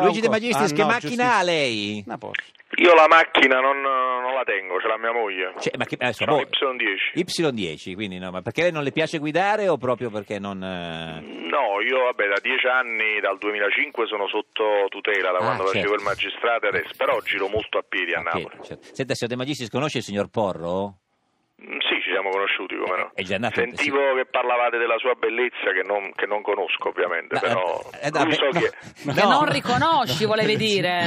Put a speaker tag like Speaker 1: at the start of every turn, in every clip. Speaker 1: Luigi De
Speaker 2: ancora.
Speaker 1: Magistris,
Speaker 2: Ah,
Speaker 1: che
Speaker 2: no,
Speaker 1: macchina ha lei?
Speaker 2: Una Porsche.
Speaker 3: Io la macchina non, non la tengo, ce l'ha mia moglie.
Speaker 1: Cioè, ma che, adesso,
Speaker 3: C'è un
Speaker 1: boh,
Speaker 3: Y10.
Speaker 1: Y10, quindi no, ma perché lei non le piace guidare o proprio perché non... eh?
Speaker 3: No, io vabbè da dieci anni, dal 2005 sono sotto tutela da
Speaker 1: Ah,
Speaker 3: quando facevo
Speaker 1: certo.
Speaker 3: il magistrato e adesso, però giro molto a piedi a
Speaker 1: Ah,
Speaker 3: Napoli.
Speaker 1: che- certo. Senta, signor De Magistris, conosce il signor Porro?
Speaker 3: Mm, Sì, ci siamo conosciuti, come
Speaker 1: Eh,
Speaker 3: no.
Speaker 1: è già nato-
Speaker 3: Sentivo che parlavate della sua bellezza che non, che non conosco ovviamente,
Speaker 1: No,
Speaker 3: però
Speaker 1: eh, eh, no,
Speaker 3: lui
Speaker 1: beh,
Speaker 3: so
Speaker 1: no,
Speaker 3: che...
Speaker 1: no.
Speaker 4: Che non riconosci, volevi dire.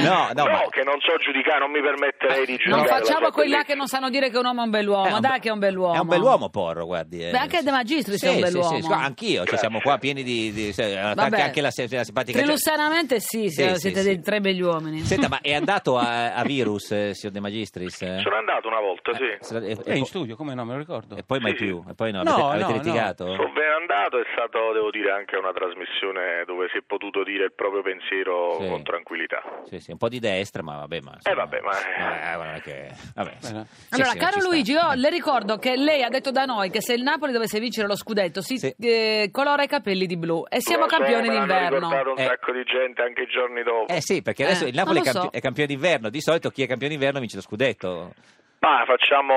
Speaker 1: No, no,
Speaker 3: No,
Speaker 1: ma...
Speaker 3: che non so giudicare, non mi permetterei di giudicare. la
Speaker 4: Non facciamo
Speaker 3: sua
Speaker 4: quelli là
Speaker 3: bellezza.
Speaker 4: che non sanno dire che un uomo è un bell'uomo.
Speaker 1: è un
Speaker 4: Oh, Dai,
Speaker 1: be-
Speaker 4: che è un bell'uomo.
Speaker 1: È un bell'uomo Porro, guardi. eh.
Speaker 4: Beh, anche De Magistris
Speaker 1: sì,
Speaker 4: è un
Speaker 1: sì,
Speaker 4: bell'uomo.
Speaker 1: Sì, sì, guarda, anch'io, cioè, siamo qua pieni di... di- se- eh, anche,
Speaker 4: Vabbè.
Speaker 1: anche la, se- la simpatica... cioè
Speaker 4: Trilussanamente sì,
Speaker 1: Sì, sì,
Speaker 4: siete
Speaker 1: sì.
Speaker 4: dei tre begli uomini.
Speaker 1: Senta, ma è andato a, a Virus, eh, signor De Magistris? Eh?
Speaker 3: Sono andato una volta, sì.
Speaker 1: Se la- e- e
Speaker 2: È in
Speaker 1: po-
Speaker 2: studio, come no, me lo ricordo.
Speaker 1: E poi mai
Speaker 3: Sì, sì.
Speaker 1: più? E poi no?
Speaker 2: No,
Speaker 1: avete, avete
Speaker 2: no, no.
Speaker 1: litigato?
Speaker 3: Sono ben andato, è stato, devo dire, anche una trasmissione dove si è potuto dire il proprio pensiero
Speaker 1: Sì.
Speaker 3: con tranquillità.
Speaker 1: Sì, sì, un po' di destra, ma vabbè, ma... insomma,
Speaker 3: vabbè, ma-
Speaker 1: no, eh, non è che... Vabbè, sì.
Speaker 2: Allora,
Speaker 1: Sì,
Speaker 4: Allora,
Speaker 1: sì,
Speaker 4: caro
Speaker 1: ci sta.
Speaker 4: Luigi, io le ricordo che lei ha detto da noi che se il Napoli dovesse vincere lo scudetto si
Speaker 1: Sì.
Speaker 4: eh, colora i capelli di blu e siamo
Speaker 3: Lo so,
Speaker 4: campioni
Speaker 3: me l'hanno ricordato
Speaker 4: d'inverno.
Speaker 3: un
Speaker 1: Eh.
Speaker 3: sacco di gente anche i giorni dopo.
Speaker 1: Eh sì, perché adesso
Speaker 4: Eh,
Speaker 1: il Napoli è,
Speaker 4: non lo
Speaker 1: campi-
Speaker 4: so.
Speaker 1: è campione d'inverno, di solito chi è campione d'inverno vince lo scudetto.
Speaker 3: Ma facciamo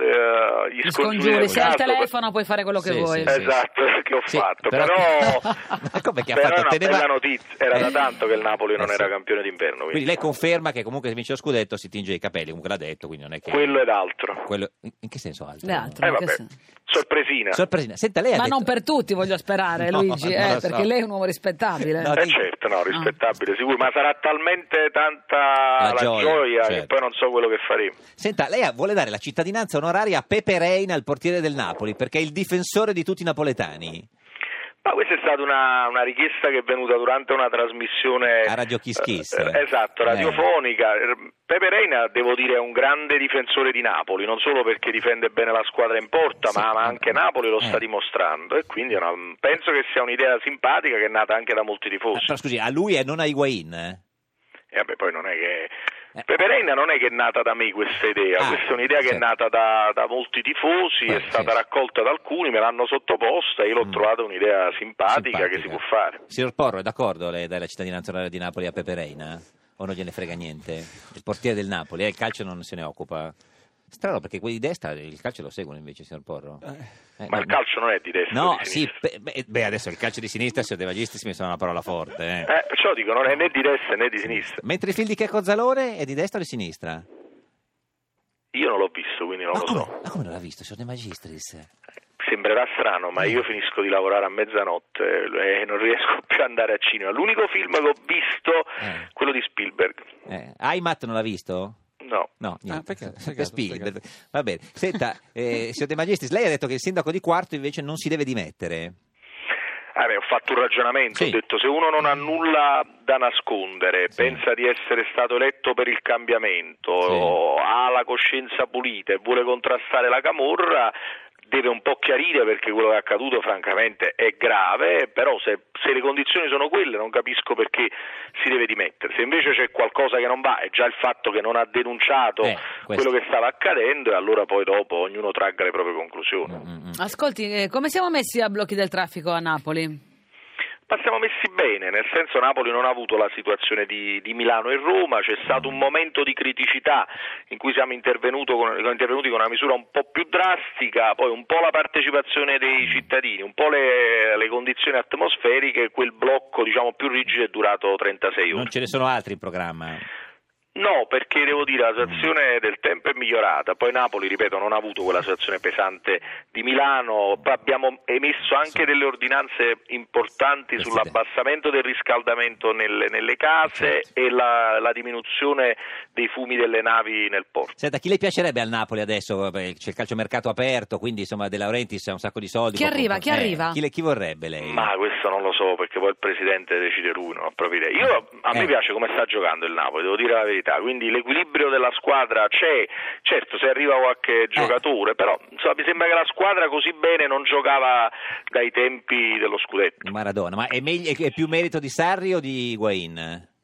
Speaker 3: eh, gli scongiuri
Speaker 4: Mi scongiuri,
Speaker 3: del
Speaker 4: se hai il
Speaker 3: caso, per-
Speaker 4: telefono puoi fare quello che
Speaker 1: Sì,
Speaker 4: vuoi.
Speaker 1: sì, sì.
Speaker 3: Esatto, che ho
Speaker 1: Sì,
Speaker 3: fatto,
Speaker 1: però-
Speaker 3: però,
Speaker 1: Ma come che ha
Speaker 3: però
Speaker 1: fatto?
Speaker 3: è una
Speaker 1: Teneva-
Speaker 3: bella notizia, era da
Speaker 1: Eh.
Speaker 3: tanto che il Napoli non
Speaker 1: Eh,
Speaker 3: era
Speaker 1: sì.
Speaker 3: campione d'inverno,
Speaker 1: Quindi
Speaker 3: quindi
Speaker 1: lei conferma che comunque se vince lo scudetto si tinge i capelli, comunque l'ha detto, quindi non è che...
Speaker 3: quello ed altro.
Speaker 1: Quello- In in che senso altro?
Speaker 4: Eh, altro.
Speaker 3: Eh
Speaker 4: Ma che
Speaker 3: vabbè,
Speaker 4: se-
Speaker 3: sorpresina.
Speaker 1: Sorpresina. Senta, lei ha
Speaker 4: Ma
Speaker 1: detto-
Speaker 4: non per tutti, voglio sperare,
Speaker 1: No,
Speaker 4: Luigi,
Speaker 1: non
Speaker 4: eh,
Speaker 1: lo so.
Speaker 4: perché lei è un uomo rispettabile.
Speaker 1: No,
Speaker 3: Eh
Speaker 1: dico-
Speaker 3: certo,
Speaker 4: Ah.
Speaker 3: no, rispettabile, sicuro, ma sarà talmente tanta
Speaker 1: La
Speaker 3: la,
Speaker 1: gioia,
Speaker 3: gioia,
Speaker 1: certo.
Speaker 3: che poi non so quello che faremo.
Speaker 1: Senta, lei ha- vuole dare la cittadinanza onoraria a Pepe Reina, il portiere del Napoli, perché è il difensore di tutti i napoletani.
Speaker 3: Ma questa è stata una, una richiesta che è venuta durante una trasmissione
Speaker 1: A Radio Kiss Kiss.
Speaker 3: eh, esatto,
Speaker 1: Eh.
Speaker 3: radiofonica. Pepe Reina, devo dire, è un grande difensore di Napoli, non solo perché difende bene la squadra in porta,
Speaker 1: Sì.
Speaker 3: ma, ma anche Napoli lo sta
Speaker 1: Eh.
Speaker 3: dimostrando e quindi è una- penso che sia un'idea simpatica che è nata anche da molti
Speaker 1: Eh,
Speaker 3: tifosi.
Speaker 1: Però scusi, a lui e non a Higuain? eh?
Speaker 3: E vabbè, poi non è che.
Speaker 1: Eh.
Speaker 3: Pepe Reina non è che è nata da me questa idea,
Speaker 1: Ah,
Speaker 3: questa è un'idea che è
Speaker 1: certo.
Speaker 3: nata da, da molti tifosi,
Speaker 1: Eh,
Speaker 3: è stata
Speaker 1: sì.
Speaker 3: raccolta da alcuni, me l'hanno sottoposta e io l'ho
Speaker 1: Mm.
Speaker 3: trovata un'idea simpatica che si può fare.
Speaker 1: Signor Porro, è d'accordo lei dare la cittadinanza onoraria di Napoli a Pepe Reina? O non gliene frega niente? Il portiere del Napoli, eh, il calcio non se ne occupa. Strano, perché quelli di destra il calcio lo seguono invece, signor Porro. Eh,
Speaker 3: Ma
Speaker 1: no,
Speaker 3: il calcio non è di destra.
Speaker 1: No,
Speaker 3: è di
Speaker 1: sì,
Speaker 3: sinistra.
Speaker 1: pe- beh, beh, adesso il calcio di sinistra, signor De Magistris, mi sembra una parola forte. eh.
Speaker 3: Eh, perciò dico, non è né di destra né di sinistra.
Speaker 1: Mentre il film di Checco Zalone è di destra o di sinistra?
Speaker 3: Io non l'ho visto, quindi non
Speaker 1: ma,
Speaker 3: lo
Speaker 1: come,
Speaker 3: so.
Speaker 1: ma come non l'ha visto, signor De Magistris?
Speaker 3: Sembrerà strano, ma io finisco di lavorare a mezzanotte eh, e non riesco più ad andare a cinema. L'unico film che ho visto,
Speaker 1: Eh.
Speaker 3: quello di Spielberg.
Speaker 1: Eh, Aymat non l'ha visto?
Speaker 3: No.
Speaker 4: Ah,
Speaker 1: No, niente.
Speaker 2: peccato,
Speaker 1: Per
Speaker 2: peccato,
Speaker 1: Spielberg. Va bene. Senta, eh, signor De Magistris, lei ha detto che il sindaco di Quarto invece non si deve dimettere.
Speaker 3: Ah, beh, ho fatto un ragionamento,
Speaker 1: Sì.
Speaker 3: ho detto se uno non ha nulla da nascondere,
Speaker 1: Sì.
Speaker 3: pensa di essere stato eletto per il cambiamento,
Speaker 1: Sì.
Speaker 3: o ha la coscienza pulita e vuole contrastare la camorra, deve un po' chiarire perché quello che è accaduto francamente è grave, però se, se le condizioni sono quelle non capisco perché si deve dimettere. Se invece c'è qualcosa che non va, è già il fatto che non ha denunciato
Speaker 1: Eh, questo.
Speaker 3: quello che stava accadendo e allora poi dopo ognuno tragga le proprie conclusioni.
Speaker 1: Mm, mm.
Speaker 4: Ascolti, eh, come siamo messi a blocchi del traffico a Napoli?
Speaker 3: Ma siamo messi bene, nel senso Napoli non ha avuto la situazione di, di Milano e Roma, c'è stato un momento di criticità in cui siamo intervenuto con- siamo intervenuti con una misura un po' più drastica, poi un po' la partecipazione dei cittadini, un po' le, le condizioni atmosferiche, quel blocco diciamo, più rigido è durato 36 ore.
Speaker 1: Non ce ne sono altri in programma.
Speaker 3: No, perché devo dire la situazione del tempo è migliorata. Poi Napoli, ripeto, non ha avuto quella situazione pesante di Milano. Poi abbiamo emesso anche delle ordinanze importanti
Speaker 1: Queste
Speaker 3: sull'abbassamento del riscaldamento nelle, nelle case
Speaker 1: Certo.
Speaker 3: e la, la diminuzione dei fumi delle navi nel porto.
Speaker 1: Senta, chi le piacerebbe al Napoli adesso? Beh, C'è il calciomercato aperto, quindi insomma De Laurentiis ha un sacco di soldi.
Speaker 4: Chi arriva? Chi
Speaker 1: Eh,
Speaker 4: arriva?
Speaker 1: Chi, le- chi vorrebbe lei?
Speaker 3: Ma questo non lo so perché poi il presidente decide lui, non ho proprio idea. Io, a
Speaker 1: Eh.
Speaker 3: me piace come sta giocando il Napoli, devo dire la verità. Quindi l'equilibrio della squadra c'è, certo se arriva qualche giocatore, però insomma, mi sembra che la squadra così bene non giocava dai tempi dello scudetto.
Speaker 1: Maradona. Ma è, meglio- è più merito di Sarri o di Higuain?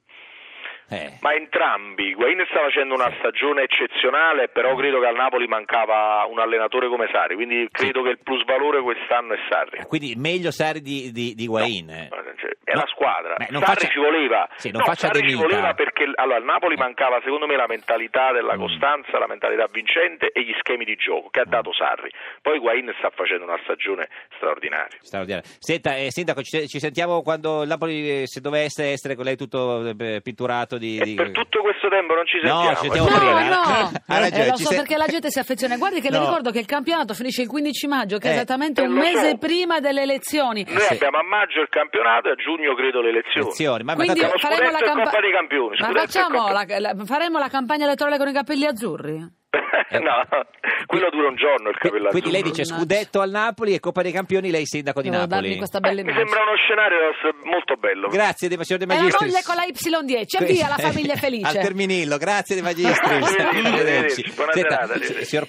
Speaker 1: Eh.
Speaker 3: Ma entrambi, Higuain sta facendo una stagione eccezionale, però credo che al Napoli mancava un allenatore come Sarri, quindi credo che il plus valore quest'anno è Sarri.
Speaker 1: Ah, Quindi meglio Sarri di, di, di Higuaín.
Speaker 3: Cioè, È
Speaker 1: Eh. No.
Speaker 3: la squadra,
Speaker 1: Beh, non
Speaker 3: Sarri
Speaker 1: faccia-
Speaker 3: ci voleva,
Speaker 1: Sì, non
Speaker 3: No,
Speaker 1: faccia
Speaker 3: Sarri
Speaker 1: De
Speaker 3: ci
Speaker 1: Mita.
Speaker 3: voleva perché allora, al Napoli mancava secondo me la mentalità della
Speaker 1: Mm.
Speaker 3: costanza, la mentalità vincente e gli schemi di gioco che ha dato Sarri. Poi Higuain sta facendo una stagione straordinaria.
Speaker 1: Straordinario. Senta, eh, sindaco, ci, ci sentiamo quando il Napoli, eh, se dovesse essere con lei tutto eh, pitturato di...
Speaker 3: E
Speaker 1: di-
Speaker 3: per tutto questo tempo non ci sentiamo.
Speaker 1: No, ci sentiamo
Speaker 4: No,
Speaker 1: prima.
Speaker 4: no,
Speaker 1: Ha ragione,
Speaker 4: Eh, lo
Speaker 1: ci
Speaker 4: so
Speaker 1: sen-
Speaker 4: perché la gente si affeziona. Guardi che
Speaker 1: No.
Speaker 4: le ricordo che il campionato finisce il 15 maggio, che è
Speaker 1: Eh,
Speaker 4: esattamente
Speaker 3: eh,
Speaker 4: un
Speaker 3: lo
Speaker 4: mese
Speaker 3: so.
Speaker 4: prima delle elezioni.
Speaker 3: Noi
Speaker 1: Sì.
Speaker 3: abbiamo a maggio il campionato e a giugno credo le elezioni.
Speaker 1: Lezioni, ma- ma
Speaker 4: Quindi
Speaker 1: tanto-
Speaker 3: Abbiamo
Speaker 4: faremo la,
Speaker 3: scudetto e
Speaker 4: campa-
Speaker 3: Coppa dei Campioni,
Speaker 4: Ma
Speaker 1: ecco.
Speaker 3: scudetto e
Speaker 4: facciamo
Speaker 3: Coppa-
Speaker 4: la- la- faremo la campagna elettorale con i capelli azzurri?
Speaker 3: no, quello dura un giorno il capello
Speaker 1: Quindi lei
Speaker 3: azzurro.
Speaker 1: dice
Speaker 4: Mannaggia.
Speaker 1: scudetto al Napoli e Coppa dei Campioni, lei sindaco di
Speaker 4: Devo darmi
Speaker 1: Napoli.
Speaker 4: questa bella
Speaker 3: Eh, mi
Speaker 4: immagine.
Speaker 3: sembra uno scenario molto bello.
Speaker 1: Grazie De Magistris.
Speaker 4: E la moglie con la Y10, e via la famiglia felice.
Speaker 1: Al Terminillo, grazie De Magistris.
Speaker 3: Arrivederci,
Speaker 1: Arrivederci.
Speaker 3: buona
Speaker 1: Senta,
Speaker 3: serata,
Speaker 1: si-
Speaker 3: arrivederci.
Speaker 1: signor